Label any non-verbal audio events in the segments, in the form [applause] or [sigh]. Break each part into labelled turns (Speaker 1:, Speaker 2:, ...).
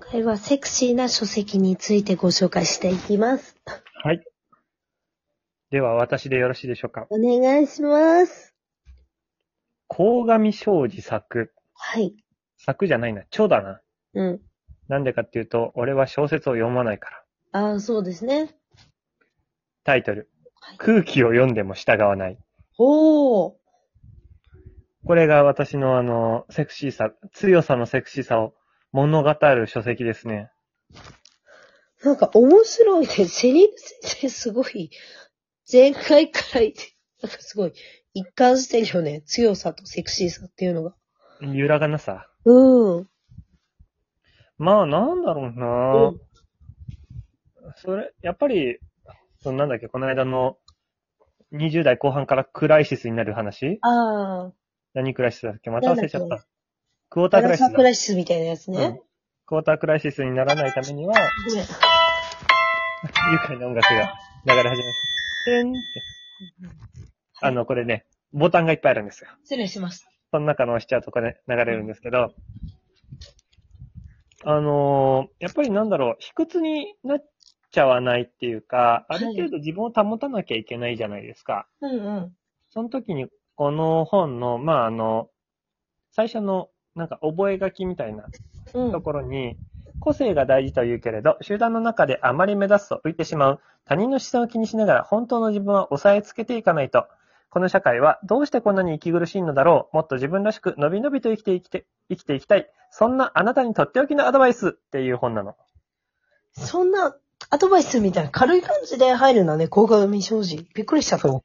Speaker 1: 回はセクシーな書籍についてご紹介していきます。
Speaker 2: はい。では、私でよろしいでしょうか。
Speaker 1: お願いします。
Speaker 2: 鴻上庄司作。
Speaker 1: はい。
Speaker 2: 作じゃないな、著だな。
Speaker 1: うん。
Speaker 2: なんでかっていうと、俺は小説を読まないから。
Speaker 1: ああ、そうですね。
Speaker 2: タイトル
Speaker 1: はい。
Speaker 2: 空気を読んでも従わない。
Speaker 1: ほー。
Speaker 2: これが私のあの、セクシーさ、強さのセクシーさを物語る書籍ですね。
Speaker 1: なんか面白いね。セリーヌ先生すごい、前回からいて、なんかすごい、一貫してるよね。強さとセクシーさっていうのが。
Speaker 2: 揺らがなさ。
Speaker 1: うん。
Speaker 2: まあ、なんだろう
Speaker 1: う
Speaker 2: な、
Speaker 1: ん
Speaker 2: それ、やっぱり、そのなんだっけ、この間の、20代後半からクライシスになる話
Speaker 1: ああ、
Speaker 2: 何クライシスだっけまた忘れちゃっ
Speaker 1: なんだ
Speaker 2: た。クォータ
Speaker 1: ア
Speaker 2: ークラ
Speaker 1: ラ
Speaker 2: イシ
Speaker 1: サ
Speaker 2: ス
Speaker 1: ーク
Speaker 2: だ。
Speaker 1: ライシスみたいなやつ
Speaker 2: うん
Speaker 1: ね。
Speaker 2: クォータークライシスにならないためには、
Speaker 1: ごめん
Speaker 2: 愉快な音楽が流れ始めます。てんって。あの、これね、ボタンがいっぱいあるんですよ。
Speaker 1: 失礼しました。
Speaker 2: その中の押しちゃうとこれ流れるんですけど、あのーやっぱりなんだろう、卑屈になっちゃわないっていうか、ある程度自分を保たなきゃいけないじゃないですか。
Speaker 1: うんうん。
Speaker 2: その時に、この本の、まあ、あの、最初の、なんか覚書きみたいな
Speaker 1: うん。
Speaker 2: ところに、個性が大事と言うけれど、集団の中であまり目立つと浮いてしまう、他人の視線を気にしながら本当の自分は抑えつけていかないと、この社会はどうしてこんなに息苦しいのだろう、もっと自分らしく伸び伸びと生きていきて生きていきたい、そんなあなたにとっておきのアドバイスっていう本なの。
Speaker 1: そんな、アドバイスみたいな軽い感じで入るんだね、高画面障子。びっくりしちゃった。
Speaker 2: そ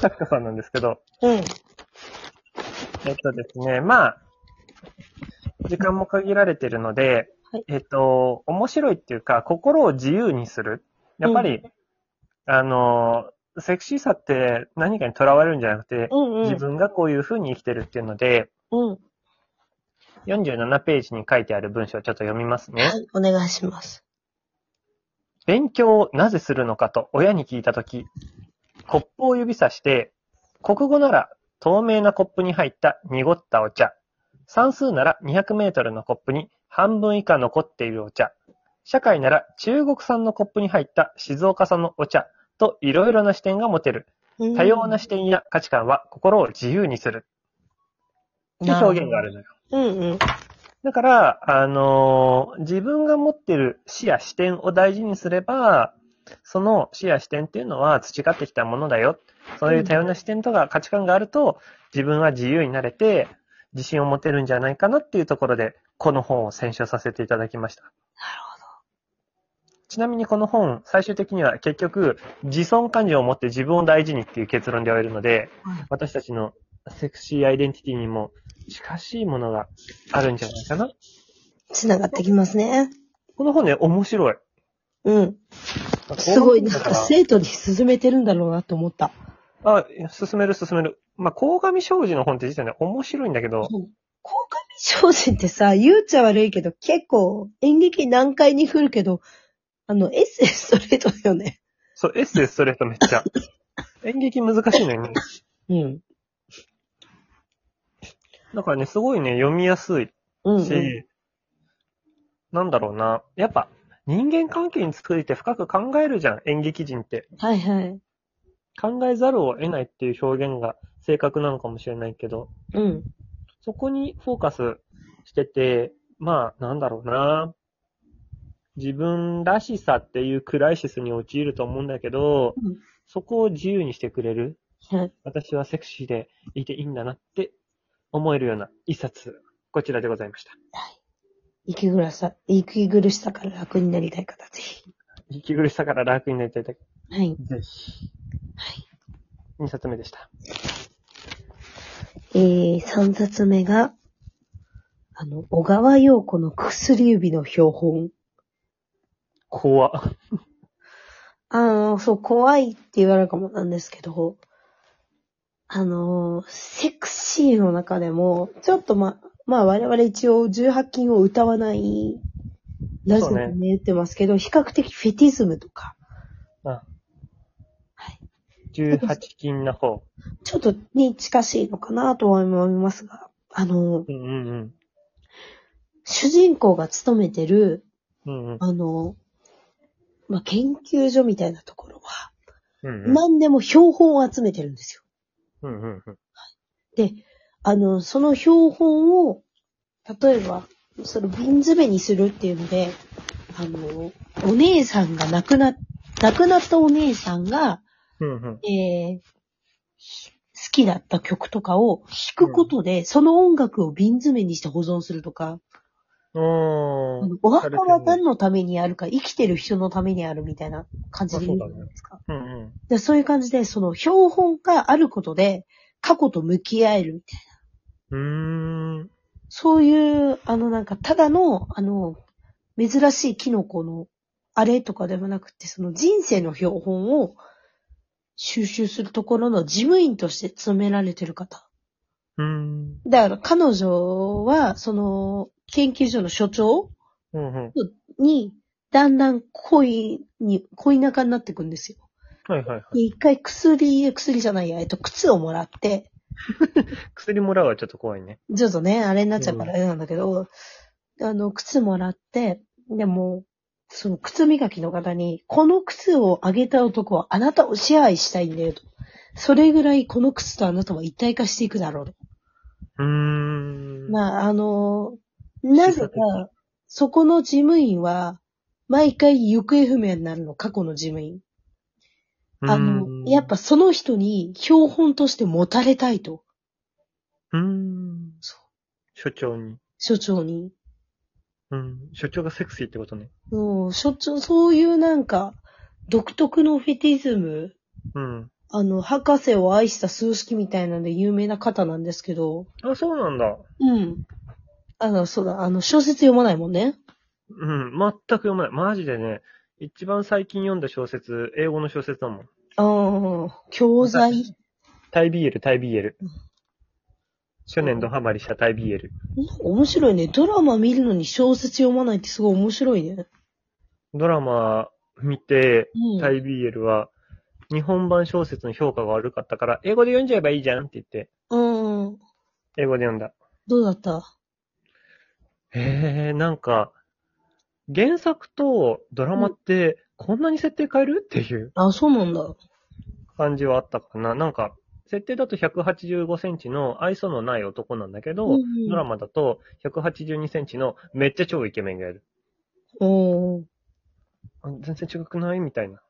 Speaker 2: 作家さんなんですけど、
Speaker 1: うん。
Speaker 2: えっとですね、まあ、時間も限られてるので、
Speaker 1: はい
Speaker 2: えっと、面白いっていうか、心を自由にする。やっぱり、あの、セクシーさって何かにとらわれるんじゃなくて、
Speaker 1: うんうん。
Speaker 2: 自分がこういう風に生きてるっていうので、
Speaker 1: うん。
Speaker 2: 47ページに書いてある文章をちょっと読みますね
Speaker 1: は。い、お願いします。
Speaker 2: 勉強をなぜするのかと親に聞いたとき、コップを指さして、国語なら透明なコップに入った濁ったお茶、算数なら200メートルのコップに半分以下残っているお茶、社会なら中国産のコップに入った静岡産のお茶といろいろな視点が持てる。
Speaker 1: うん
Speaker 2: 多様な視点や価値観は心を自由にする。っていう表現があるのよ。
Speaker 1: うんうん。
Speaker 2: だから、あのー自分が持ってる視野視点を大事にすれば、その視野視点っていうのは培ってきたものだよ。そういう多様な視点とか価値観があると、自分は自由になれて、自信を持てるんじゃないかなっていうところで、この本を選書させていただきました。なるほど。ちなみにこの本、最終的には結局、自尊感情を持って自分を大事にっていう結論で終えるので、
Speaker 1: はい
Speaker 2: 私たちのセクシーアイデンティティにも近しいものがあるんじゃないかな
Speaker 1: 繋がってきますね。
Speaker 2: この本ね、面白い。
Speaker 1: うん。すごい、なんか
Speaker 2: せ、
Speaker 1: 生徒に勧めてるんだろうなと思った。
Speaker 2: あ、進める進める。まあ、鴻上庄司の本って実はね、面白いんだけど、
Speaker 1: 高画面障子ってさ、言うちゃ悪いけど、結構演劇難解に来るけど、あの、エッセンストレートだよね。
Speaker 2: そう、エッセイストレートめっちゃ。 [laughs] 演劇難しいのにね。
Speaker 1: うん。
Speaker 2: だからね、すごいね、読みやすいし、
Speaker 1: うん、うん。
Speaker 2: なんだろうな。やっぱ、人間関係について深く考えるじゃん、演劇人って。
Speaker 1: はいはい。
Speaker 2: 考えざるを得ないっていう表現が正確なのかもしれないけど、
Speaker 1: うん。
Speaker 2: そこにフォーカスしてて、まあ、なんだろうな。自分らしさっていうクライシスに陥ると思うんだけど、
Speaker 1: うん
Speaker 2: そこを自由にしてくれる。
Speaker 1: はい
Speaker 2: 私はセクシーでいていいんだなって思えるような一冊、こちらでございました。
Speaker 1: 息苦しさ、息苦しさから楽になりたい方、ぜひ。
Speaker 2: 息苦しさから楽になりたいだけ。
Speaker 1: はい。
Speaker 2: ぜひ。2冊目でした。
Speaker 1: えー、3冊目が、あの、小川陽子の薬指の標本。
Speaker 2: 怖っ。
Speaker 1: あの、そう、怖いって言われるかもなんですけど、あの、セクシーの中でも、ちょっとま、まあ我々一応18禁を歌わないラジオでね言ってますけど、比較的フェティズムとか、
Speaker 2: 18金の方。
Speaker 1: ちょっとに近しいのかなとは思いますが、あの、
Speaker 2: うんうんうん。
Speaker 1: 主人公が勤めてる、
Speaker 2: うんうん。
Speaker 1: あの、まあ、研究所みたいなところは、
Speaker 2: うんうん。
Speaker 1: 何でも標本を集めてるんですよ。
Speaker 2: うんうんうん。
Speaker 1: で、あの、その標本を、例えば、その瓶詰めにするっていうので、あの、お姉さんが亡くな、亡くなったお姉さんが、
Speaker 2: うんうん。
Speaker 1: えーひ好きだった曲とかを弾くことで、その音楽を瓶詰めにして保存するとか、
Speaker 2: お
Speaker 1: あ
Speaker 2: ー
Speaker 1: の。お
Speaker 2: さ
Speaker 1: 墓
Speaker 2: れてる
Speaker 1: は何のためにあるか、生きてる人のためにあるみたいな感じで言うじゃないですか。
Speaker 2: うんうん。
Speaker 1: でそういう感じで、その標本があることで、過去と向き合えるみたいな。
Speaker 2: うーん。
Speaker 1: そういう、あのなんか、ただの、あの、珍しいキノコの、あれとかでもなくて、その人生の標本を収集するところの事務員として勤められてる方。
Speaker 2: うん。
Speaker 1: だから彼女は、その、研究所の所長
Speaker 2: うんうん。
Speaker 1: に、だんだん恋に、恋仲になっていくんですよ。
Speaker 2: はいはいはい。
Speaker 1: で一回薬、薬じゃないや、えっと、靴をもらって、
Speaker 2: 薬もらうはちょっと怖いね。
Speaker 1: ちょっとね、あれになっちゃうからあれなんだけど、あの、靴もらって、でも、その靴磨きの方に、この靴をあげた男はあなたを支配したいんだよと。それぐらいこの靴とあなたは一体化していくだろうと。
Speaker 2: うーん。
Speaker 1: まあ、あの、なぜか、そこの事務員は、毎回行方不明になるの、過去の事務員。あ
Speaker 2: うーん
Speaker 1: の、やっ。ぱその人に標本として持たれたいと、
Speaker 2: うーん。
Speaker 1: そう
Speaker 2: 所長に。
Speaker 1: 所長に。
Speaker 2: うん。所長がセクシーってことね。
Speaker 1: うん、しょっちゅう、そういうなんか、独特のフェティズム、
Speaker 2: うん。
Speaker 1: あの、博士を愛した数式みたいなんで有名な方なんですけど、
Speaker 2: あ、そうなんだ。
Speaker 1: うん。あの、そうだ、あの、小説読まないもんね。
Speaker 2: うん。全く読まない。マジでね、一番最近読んだ小説、英語の小説だもん。
Speaker 1: ああ、教材。
Speaker 2: タイビーエル、タイビーエル。去年ドハマりしたタイビーエル。
Speaker 1: なんか面白いね。ドラマ見るのに小説読まないってすごい面白いね。
Speaker 2: ドラマ見て、
Speaker 1: うん。
Speaker 2: タイビーエルは、日本版小説の評価が悪かったから、英語で読んじゃえばいいじゃんって言って、
Speaker 1: うん。
Speaker 2: 英語で読んだ。
Speaker 1: どうだった
Speaker 2: へえ、なんか、原作とドラマって、こんなに設定変えるっていう
Speaker 1: あ、そうなんだ。
Speaker 2: 感じはあったかな。なんか、設定だと185センチの愛想のない男なんだけど、
Speaker 1: うんうん
Speaker 2: ドラマだと182センチのめっちゃ超イケメンがいる。
Speaker 1: おー。
Speaker 2: あ全然違くないみたいな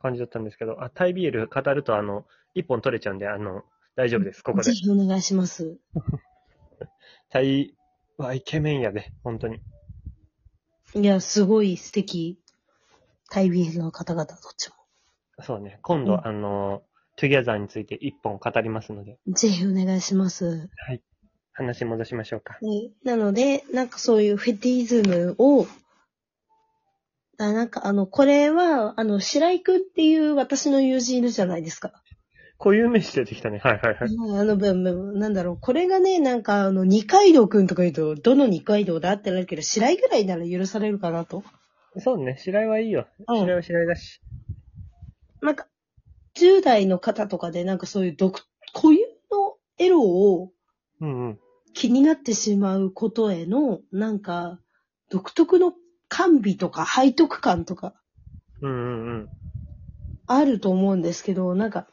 Speaker 2: 感じだったんですけど、あ、タイビール語るとあの、一本取れちゃうんで、あの、大丈夫です、ここで
Speaker 1: ぜ。ひお願いします。
Speaker 2: タイはイケメンやで、本当に。
Speaker 1: いや、すごい素敵。タイビーズの方々、どっちも。
Speaker 2: そうね、今
Speaker 1: うん
Speaker 2: 度あの、トゥギャザーについて一本語りますので、
Speaker 1: ぜひお願いします。
Speaker 2: 話戻しましょうか。
Speaker 1: ねなので、なんかそういうフェティズムを、あなんかあの、これは、あの、白井くんっていう私の友人いるじゃないですか。
Speaker 2: 固有名詞出てきたね。はいはいはい。
Speaker 1: あの、ぶんぶんなんだろう。これがね、なんかあの、二階堂くんとか言うと、どの二階堂だってなるけど、白井ぐらいなら許されるかなと。
Speaker 2: そうね、白井はいいよ。
Speaker 1: うん
Speaker 2: 白井は白井だし。
Speaker 1: なんか、10代の方とかでなんかそういう独、固有のエロを
Speaker 2: うんうん。
Speaker 1: 気になってしまうことへの、なんか、独特の甘美とか背徳感とか、
Speaker 2: うんうんうん。
Speaker 1: あると思うんですけど、なんか、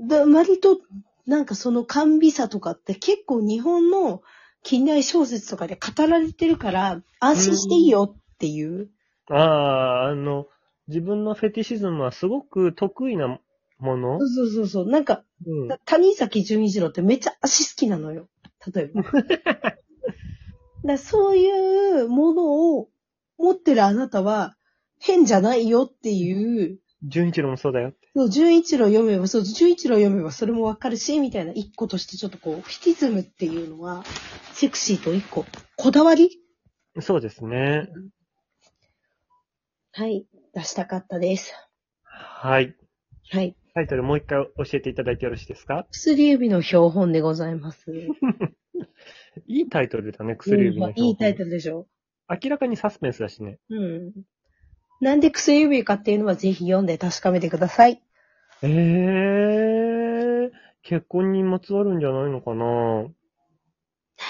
Speaker 1: だ割と、なんかその甘美さとかって結構日本の近代小説とかで語られてるから、安心していいよっていう。
Speaker 2: ああ、あの、自分のフェティシズムはすごく得意なもの
Speaker 1: そうそうそうそう。なんか、
Speaker 2: うん。
Speaker 1: 谷崎潤一郎ってめっちゃ足好きなのよ。例え [laughs] ば。だからそういうものを持ってるあなたは変じゃないよっていう、
Speaker 2: 純一郎もそうだよ。
Speaker 1: そう純一郎読めば、そう、純一郎読めばそれもわかるし、みたいな一個としてちょっとこう、フィティズムっていうのは、セクシーと一個、こだわり
Speaker 2: そうですね。
Speaker 1: はい、出したかったです。
Speaker 2: はい。
Speaker 1: はい。
Speaker 2: タイトルもう一回教えていただいてよろしいですか
Speaker 1: 薬指の標本でございます。 [laughs]
Speaker 2: いいタイトルだね、薬指の
Speaker 1: う
Speaker 2: 表
Speaker 1: んいいタイト
Speaker 2: ル。
Speaker 1: ルでしょ。
Speaker 2: 明らかにサスペンスだしね。
Speaker 1: うん。なんで薬指かっていうのはぜひ読んで確かめてください。
Speaker 2: ええー、結婚にまつわるんじゃないのかな
Speaker 1: 内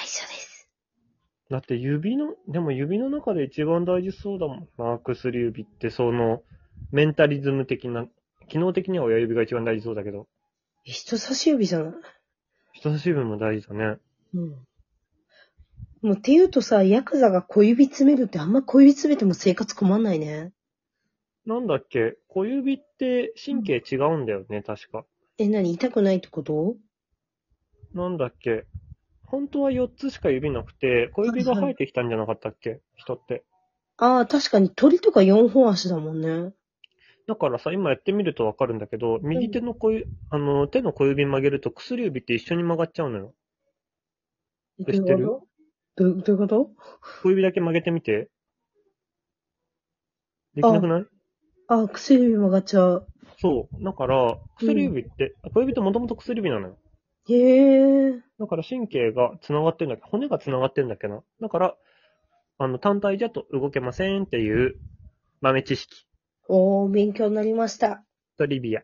Speaker 1: 緒です。
Speaker 2: だって指の、でも指の中で一番大事そうだもんな。薬指って、その、メンタリズム的な、機能的には親指が一番大事そうだけど、
Speaker 1: 人差し指じゃない
Speaker 2: 人差し指も大事だね。
Speaker 1: うん。もうっていうとさ、ヤクザが小指詰めるってあんま小指詰めても生活困んないね。
Speaker 2: なんだっけ、小指って神経違うんだよね、確か。
Speaker 1: え、何痛くないってこと
Speaker 2: なんだっけ、本当は4つしか指なくて、小指が生えてきたんじゃなかったっけ、人って。
Speaker 1: ああ、確かに鳥とか四本足だもんね。
Speaker 2: だからさ、今やってみるとわかるんだけど、右手の小指、あの、手の小指曲げると薬指って一緒に曲がっちゃうのよ。
Speaker 1: ど
Speaker 2: 知
Speaker 1: う
Speaker 2: ってる
Speaker 1: いうことどうどういうこと
Speaker 2: 小指だけ曲げてみて。できなくない
Speaker 1: ああ、薬指曲がっちゃう。
Speaker 2: そう。だから、薬指って、小指ってもともと薬指なのよ。
Speaker 1: へえ。
Speaker 2: だから神経が繋がってんだっけ骨が繋がってんだっけな。だから、あの、単体じゃと動けませんっていう豆知識。
Speaker 1: おー、勉強になりました。
Speaker 2: トリビア。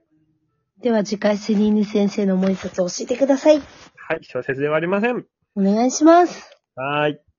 Speaker 1: では次回セリーヌ先生のもう一冊教えてください。
Speaker 2: はい、小説ではありません。
Speaker 1: お願いします。
Speaker 2: はーい。